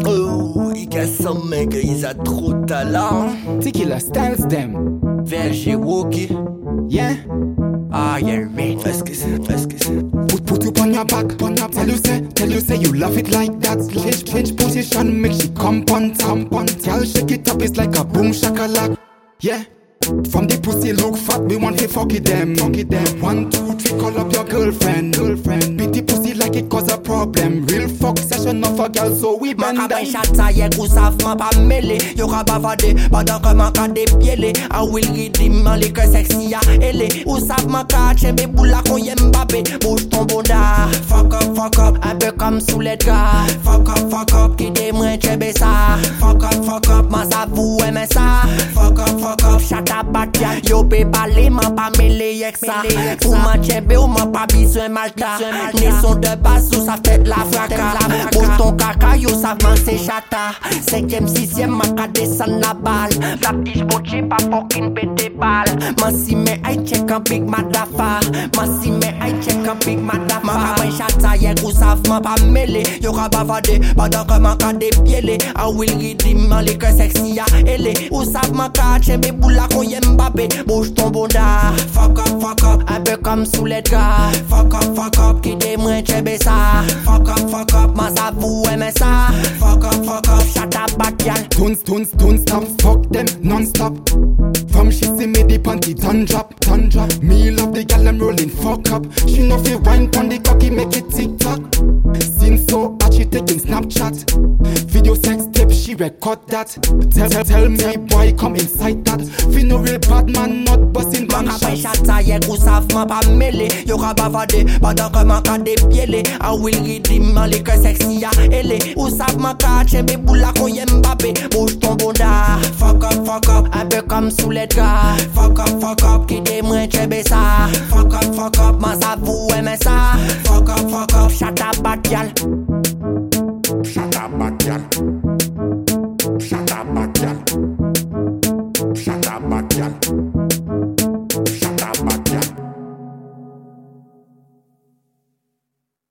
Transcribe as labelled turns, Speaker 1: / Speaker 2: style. Speaker 1: Oh, i ka san men ke iz a tro talan
Speaker 2: Tequila styles them.
Speaker 1: Verje woki,
Speaker 2: Yeah.
Speaker 1: a ye rin Eske se, eske se
Speaker 2: Put put you on your back, on your Tell you say, tell you say you love it like that. Change change position, make she come on top, on. Girl shake it up, it's like a boom shakalak. Yeah. From the pussy look fat, we want to fuck it them, fuck it them. One two three, call up your girlfriend, girlfriend. Beat the pussy like it cause a problem. Real fuck session of a girl, so we
Speaker 3: Man
Speaker 2: bend
Speaker 3: ka
Speaker 2: down.
Speaker 3: bay chata ye kou savman pa mele Yo ka bavade, padan ke man ka depyele A wil ridim man li ke seksi ya ele Ou savman ka chembe boula kon ye mbabe Bouj ton bonda Fuck up, fuck up, un peu kom sou le dra Fuck up, fuck up, ki de mwen chebe sa Fuck up, fuck up, man savou eme e sa Fuck up, fuck up, chata bat ya Yo pe pale, man pa mele yek sa Ou man chembe ou man pa biswen malta Ne son de bas ou sa fèt la fraka Bouj ton kaka, yo savman se chata Sekyem, sisyem, man ka desen la bal La ptij boche pa fokin pete bal Man si me ay chek an big madafa Man si me ay chek an big madafa Man ka bay chata ye kou savman pa mele Yo ka bavade, padan ke man ka depyele A wil ridim man li ke seksi ya ele Ou savman ka chembe boula kon ye mbabe Bouj ton bonda Fuck up, fuck up, un peu comme sous les draps Fuck up, fuck up, ki de mwen chebe sa Fuck up, fuck up, man savou eme sa Fuck up, fuck up, chata bat yal
Speaker 2: Tunes, tunes, tunes, stop, fuck them non-stop. From she see me the panty ton drop, ton drop. Me love the gal I'm rolling, fuck up. She know fi wine pon the cocky, make it tick tock. Since so hot, she taking Snapchat. Video sex tape, she record that. Tell, tell, tell me boy, come inside that. Fi no real bad man, not busting
Speaker 3: Man
Speaker 2: bang
Speaker 3: ka bay
Speaker 2: shots.
Speaker 3: chata ye kou savman pa mele Yo ka bavade, padan ke man ka depyele A wil ridim man li ke seksi ya ele Ou savman ka chembe boula kon ye mbabe Bouj ton bonda Fuck up, fuck up, un peu comme sous les draps Fuck up, fuck up, ki de mwen chebe sa Fuck up, fuck up, man savou eme sa Fuck up, fuck up, chata bat yal
Speaker 4: Shut up, Batyan. Shut up, Batyan. Shut up, Batyan.